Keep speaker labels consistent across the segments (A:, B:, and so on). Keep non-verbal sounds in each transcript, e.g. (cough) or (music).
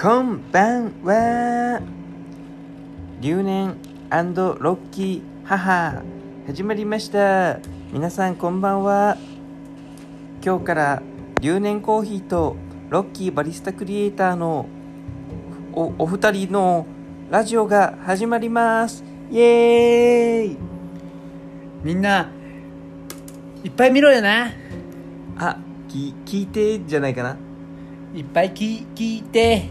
A: こんばんは留年ロッキー母始まりました皆さんこんばんは今日から留年コーヒーとロッキーバリスタクリエイターのおお二人のラジオが始まりますイエーイ
B: みんないっぱい見ろよな
A: あき聞いてじゃないかない
B: っぱい聞聞いて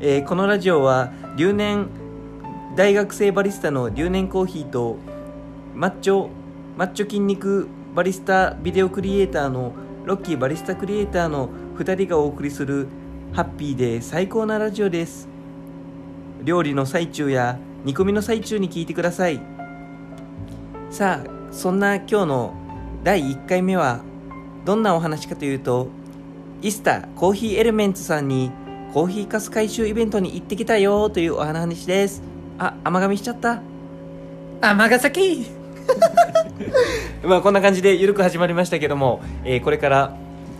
A: えーこのラジオは留年大学生バリスタの留年コーヒーとマッチョマッチョ筋肉バリスタビデオクリエイターのロッキーバリスタクリエイターの2人がお送りするハッピーで最高なラジオです料理の最中や煮込みの最中に聞いてくださいさあそんな今日の第1回目はどんなお話かというとイスタコーヒーエレメンツさんにコーヒーかす回収イベントに行ってきたよというお話ですあ甘噛みしちゃった
B: 尼崎
A: (laughs) まあこんな感じでゆるく始まりましたけども、えーこれから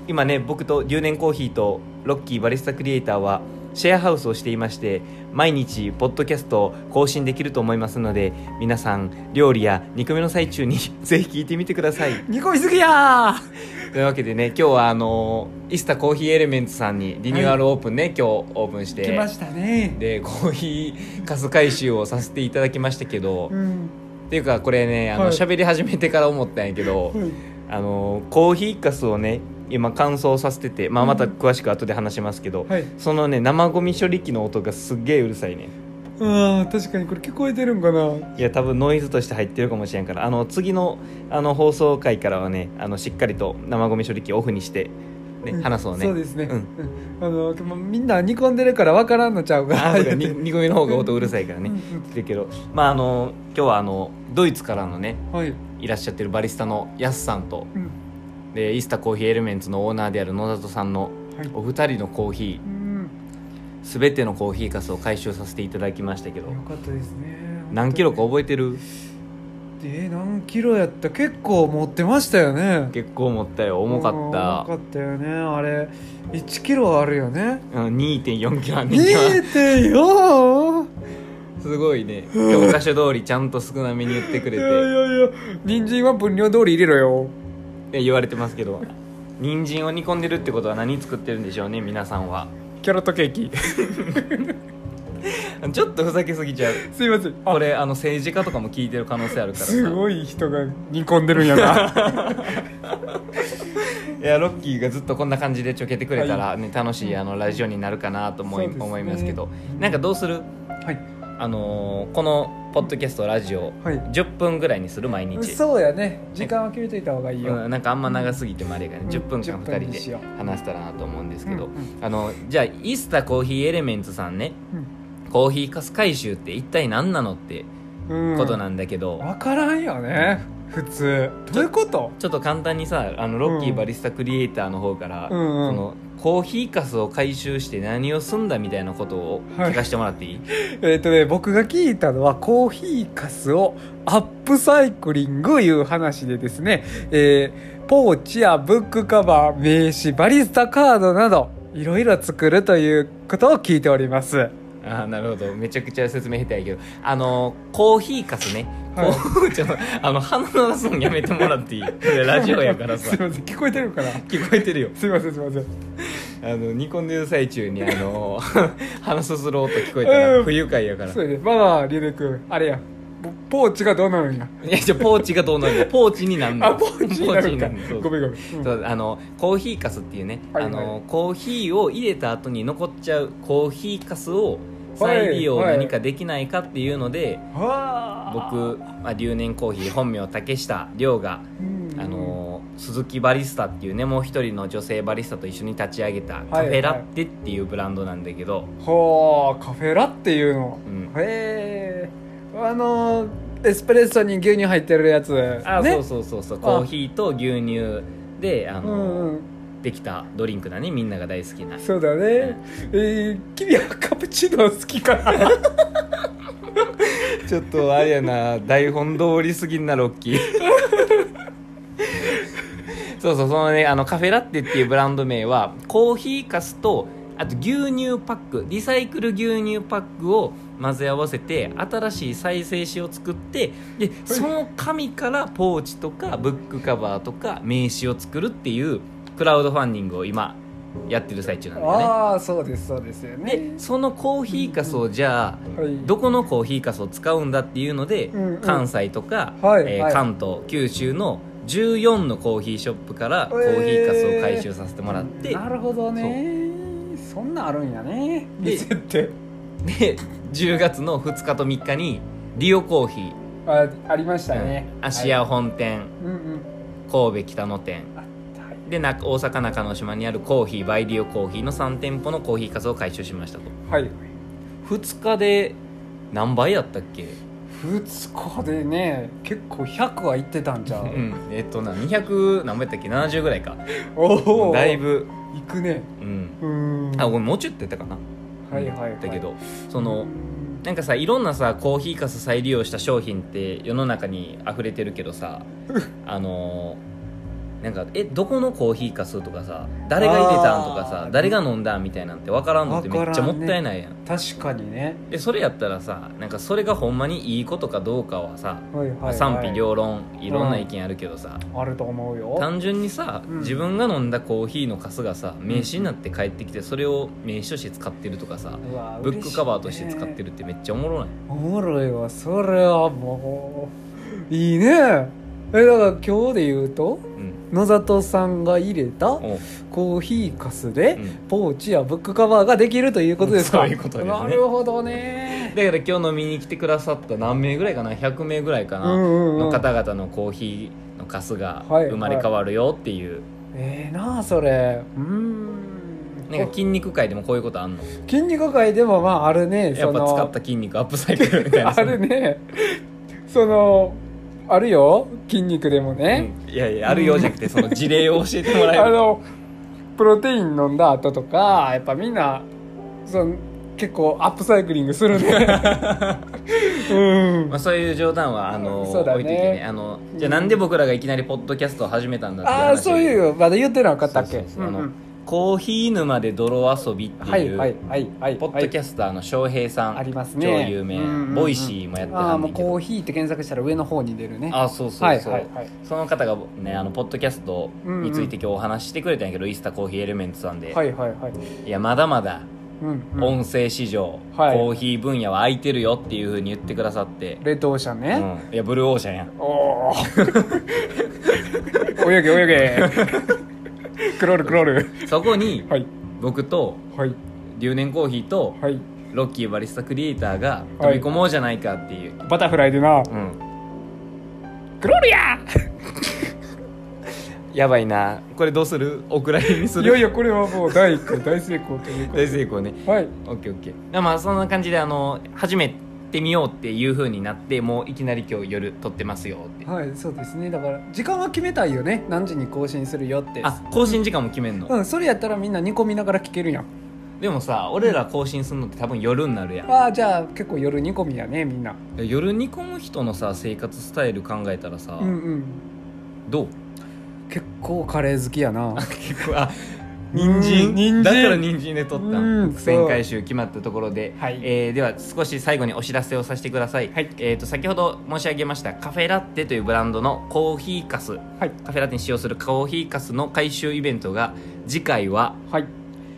A: 今ね僕と留年コーヒーとロッキーバリスタクリエイターはシェアハウスをしていまして毎日ポッドキャストを更新できると思いますので皆さん料理や煮込みの最中に (laughs) ぜひ聞いてみてください
B: 煮込みすぎや
A: というわけでね今日はあのーイスタコーヒーエレメンツさんにリニューアルオープンね、今日オープンして
B: 来ましたね
A: でコーヒーかす回収をさせていただきましたけど、
B: うん
A: っていうかこれねあの
B: はい
A: 喋、り始めてから思ったんやけ
B: (laughs)
A: ど、あのコーヒーかすをね今乾燥させてて、まあ、
B: うん
A: また詳しく後で話しますけど、
B: はい
A: そのね生ゴミ処理機の音がすっげえうるさいね
B: うん確かにこれ聞こえてるんかない
A: や多分ノイズとして入ってるかもしれんからあの次のあの放送回からはねあのしっかりと生ゴミ処理機オフにして、ね
B: ん
A: 話そうね
B: そうですね、
A: うん
B: うんあのもうみんな煮込んでるからわからんのちゃうか
A: あ
B: (laughs)
A: そうかに
B: ね
A: 煮込みの方が音うるさいからね
B: うん
A: だけどまああの今日はあのドイツからのね
B: はい、
A: いらっしゃってるバリスタのヤスさんと
B: うん
A: でイスタコーヒーエレメンツのオーナーである野里さんの
B: はい
A: お二人のコーヒ
B: うん、
A: ーすべてのコーヒーかすを回収させていただきましたけど
B: よかったですね
A: 何キロか覚えてる
B: えー何キロやった結構持ってましたよね
A: 結構持ったよ重か
B: 重か
A: っ
B: ったよねあれ1キロあるよね
A: たうん2 4キロあんねんけど
B: 2.4
A: すごいね教科書通りちゃんと少なめに言ってく
B: い
A: れ
B: やいや
A: て
B: いや人参は分量通り入れろよ
A: で言われてますけど人参を煮込んでるってことは何作ってるんでしょうね皆さんは
B: キャロットケーキ (laughs)
A: ちょっとふざけすぎちゃう
B: すいません
A: これあの政治家とかも聞いてる可能性あるからさ
B: すごい人が煮込んでるん
A: (laughs)
B: やな
A: いやロッキーがずっとこんな感じでちょけてくれたら、ね楽しいあのラジオになるかなと思い,、
B: そうですね
A: 思いますけどなんかどうする、
B: はい
A: あのーこのポッドキャストラジオ、
B: はい
A: 10分ぐらいにする毎日
B: そうやね時間は決めといた方がいいよ、
A: うんなんかあんま長すぎてもあれがね、
B: うん
A: 10分間
B: 10分
A: 2人
B: にしよ
A: で話せたらなと思うんですけど、
B: うんうん
A: あのじゃあイスタコーヒーエレメンツさんねコーヒーかす回収って一体何なのって
B: うんうん
A: ことなんだけど、
B: 分からんよね普通どういうこと
A: ちょっと簡単にさあのロッキ
B: う
A: ー
B: ん
A: バリスタクリエイターの方から、
B: うんうん
A: そのコーヒーかすを回収して何をすんだみたいなことを
B: はい
A: 聞かせてもらってい (laughs) い、
B: えっ、とね僕が聞いたのはコーヒーかすをアップサイクリングいう話でですね、えーポーチやブックカバー名刺バリスタカードなどいろいろ作るということを聞いております
A: ああなるほどめちゃくちゃ説明下手やけどあのコーヒーかすね、
B: はい
A: こう (laughs) ちょっとあの鼻鳴らすのやめてもらっていいこれラジオやからさ
B: (laughs) すいません聞こえてるかな
A: 聞こえてるよ
B: すいませんすいません
A: あの煮込んでる最中にあの (laughs) 鼻すする音聞こえたら
B: うん
A: 不愉快やから
B: それでまあまあリュウデイ君あれやポポーチがどうなるんや
A: いやじゃあポーチがどうなるのポーチになんの
B: あポーチになるんか
A: ポーチになんのそう
B: ごめんごめん、うん
A: そうあのコーヒーかすっていうね、
B: はい
A: あ
B: は
A: のコーヒーを入れた後に残っちゃうコーヒーかすを再利用
B: はいはい
A: 何かできないかっていうので、
B: はあ
A: 僕、まあ、留年コーヒー本名竹下亮が、
B: うん
A: あの鈴木バリスタっていうねもう一人の女性バリスタと一緒に立ち上げたカフェラッテっていうブランドなんだけど、
B: はあカフェラっていうの
A: うん
B: へえあのエスプレッソに牛乳入ってるやつ
A: あ
B: ね
A: そうそうそうそうコーヒーと牛乳であ
B: う
A: の、
B: んうん
A: できたドリンクだねみんなが大好きな
B: そうだね、えー、君はカプチーノ好き
A: (laughs)
B: かな
A: ちょっとあれやな台本通りすぎんなロッキーそうそうそのねあのカフェラッテっていうブランド名はコーヒーかすとあと牛乳パックリサイクル牛乳パックを混ぜ合わせて新しい再生紙を作ってでその紙からポーチとかブックカバーとか名刺を作るっていうクラウドファンディングを今やってる最中なんだよね。
B: ああそうですそうですよね
A: でそのコーヒーかすをじゃあ
B: はい
A: どこのコーヒーかすを使うんだっていうので、
B: うんうん
A: 関西とか、
B: はい
A: えー
B: はい
A: 関東九州の14のコーヒーショップからコーヒーかすを回収させてもらって、
B: なるほどねそんなんあるんやね
A: で
B: 店って
A: で10月の2日と3日にリオコーヒー、
B: あありましたね、
A: うん芦屋本店、
B: うんうん
A: 神戸北野店
B: あったはい
A: でな大阪中之島にあるコーヒーバイリオコーヒーの3店舗のコーヒーかすを回収しましたと
B: はい
A: 2日で何倍やったっけ
B: 2日でね結構100は行ってたんちゃう、
A: うんえっとな200何倍やったっけ70ぐらいか
B: おお
A: だいぶ
B: 行くね
A: うん
B: うーん
A: あごめんもうちょっとやったかな
B: はいはい、はい、
A: だけどその
B: うーん
A: なんかさいろんなさコーヒーかす再利用した商品って世の中に溢れてるけどさあのーなんかえどこのコーヒーかすとかさ誰が入れたんとか
B: あ
A: さ
B: ー
A: 誰が飲んだんみたいなんて分からんのってめっちゃもったいないやん
B: 確かにね
A: でそれやったらさなんかそれがほんまにいいことかどうかはさ、
B: はいはい、はい、
A: 賛否両論いろんな意見あるけどさ、
B: あると思うよ
A: 単純にさ、
B: うん
A: 自分が飲んだコーヒーのかすがさ名刺になって帰ってきてそれを名刺として使ってるとかさ、
B: うわ
A: ブックカバーとして使って
B: る
A: るってめっちゃおもろない
B: おもろいわそれはもういいねえだから今日で言うと
A: うん
B: 野里さんが入れた (laughs)
A: おう
B: コーヒーかすで、
A: うん
B: ポーチやブックカバーができるということですか
A: そういうことですね
B: なるほどね
A: だから今日飲みに来てくださった何名ぐらいかな100名ぐらいか
B: うん
A: な
B: うんうん
A: の方々のコーヒーのカスが
B: はい
A: 生まれ変わるよっていう、
B: ええなあそれうーん
A: なんか筋肉界でもこういうことあんの
B: 筋肉界でもまああるね
A: やっぱ使った筋肉アップサイクルみたいな
B: (laughs) あるねそのあるよ筋肉でも
A: う
B: ね、
A: んいやいやあるようじゃなくてその事例を教えてもらえ
B: (laughs) あ
A: る
B: のプロテイン飲んだ後とかやっぱみんなその結構アップサイクリングす
A: (laughs)
B: るねうん
A: まあ、そういう冗談はあの、
B: そうだ
A: 置
B: ね
A: いといてねあのじゃあなんで僕らがいきなりポッドキャストを始めたんだって
B: ああそういう
A: う
B: のまだ言ってなかったっけ
A: そうそうそう
B: うん
A: あ
B: う
A: の
B: ん
A: コーヒー沼で泥遊びっていう、
B: はいはいはいはい
A: ポッドキャスターの翔平さん、
B: ありますね
A: 超有名、
B: うんうんうん
A: ボイシーもやって
B: あ
A: は
B: あ
A: ん
B: も
A: ね
B: うん
A: け
B: コ
A: ど
B: ーヒーって検索したら上の方に出るね
A: あそうそうそう、
B: はいはいはい
A: その方がねあのポッドキャストについて今日お話ししてくれたんやけど、イースタコーヒーエレメントさんで、
B: はいはいはい
A: い、やまだまだ
B: うんうん
A: 音声市場、
B: はい
A: コーヒー分野は空いてるよっていうふうに言ってくださって、
B: レッドオーシャン
A: う
B: ね、
A: ん、いやブルーオーシャンやん
B: おお (laughs) 泳げ泳げクロールクロール
A: そこに
B: はい
A: 僕と
B: はい
A: 留年コーヒーと
B: はい
A: ロッキーバリスタクリエイターが飛
B: はい
A: び込もうじゃないかっていう、
B: バタフライでな
A: うん
B: クロールや
A: (laughs) やばいなこれどうするお蔵入りにす
B: い
A: る
B: やいやこれはもう第1回大 (laughs) 成功というこ
A: 大成功ね
B: とはい
A: オッケーオッケーまあそんな感じであの始めてみようっていう風になってもういきなり今日夜撮ってますよって
B: はいそうですねだから時間は決めたいよね何時に更新するよって
A: あ更新時間も決めんの、
B: うんそれやったらみんな煮込みながら聞けるやん
A: でもさ俺ら更新するのって多分夜になるやん
B: ああじゃあ結構夜煮込みやねみんな
A: 夜煮込む人のさ生活スタイル考えたらさ、
B: うんうん
A: どう
B: 結構カレー好きやな
A: 結構あ
B: 人参人参
A: だから人参で撮った
B: うん
A: ん
B: そう
A: 前回収決まったところで、
B: はい
A: えーでは少し最後にお知らせをさせてください、
B: はい
A: えー、と先ほど申し上げましたカフェラッテというブランドのコーヒーかす
B: はい
A: カフェラテに使用するコーヒーかすの回収イベントが次回は
B: はい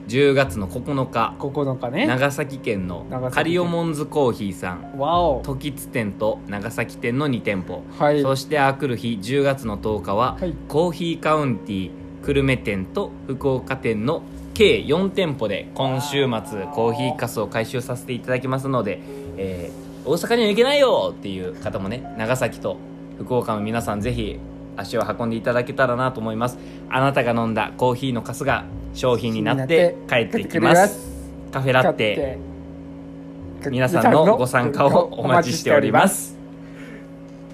A: 10月の9日
B: 9日ね
A: 長崎県の
B: 長崎県
A: カリオモンズコーヒーさん
B: わお
A: 時津店と長崎店の2店舗、
B: はい
A: そしてあくる日10月の10日は、
B: はい
A: コーヒーカウンティー久留米店と福岡店の計4店舗で今週末コーヒーかすを回収させていただきますので、えー大阪には行けないよっていう方もね長崎と福岡の皆さんぜひ足を運んでいただけたらなと思いますあなたが飲んだコーヒーのかすが商品になって帰ってきますカフェラテ皆さんのご参加をお待ちしております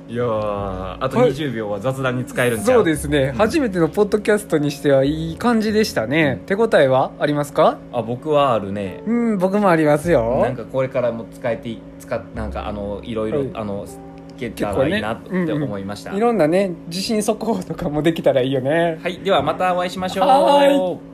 A: いやーあと
B: はい
A: 20秒は雑談に使えるんちゃう、
B: そうですね、
A: ん
B: 初めてのポッドキャストにしてはいい感じでしたね、手応えはありますか
A: あ僕はあるね
B: うん僕もありますよ
A: なんかこれからも使えてい使っなんかあのいろいろ、
B: はい
A: あのいけたらいいなって
B: 結構ねうんうん
A: 思いました、
B: いろんなね地震速報とかもできたらいいよね
A: はいではまたお会いしましょう
B: はー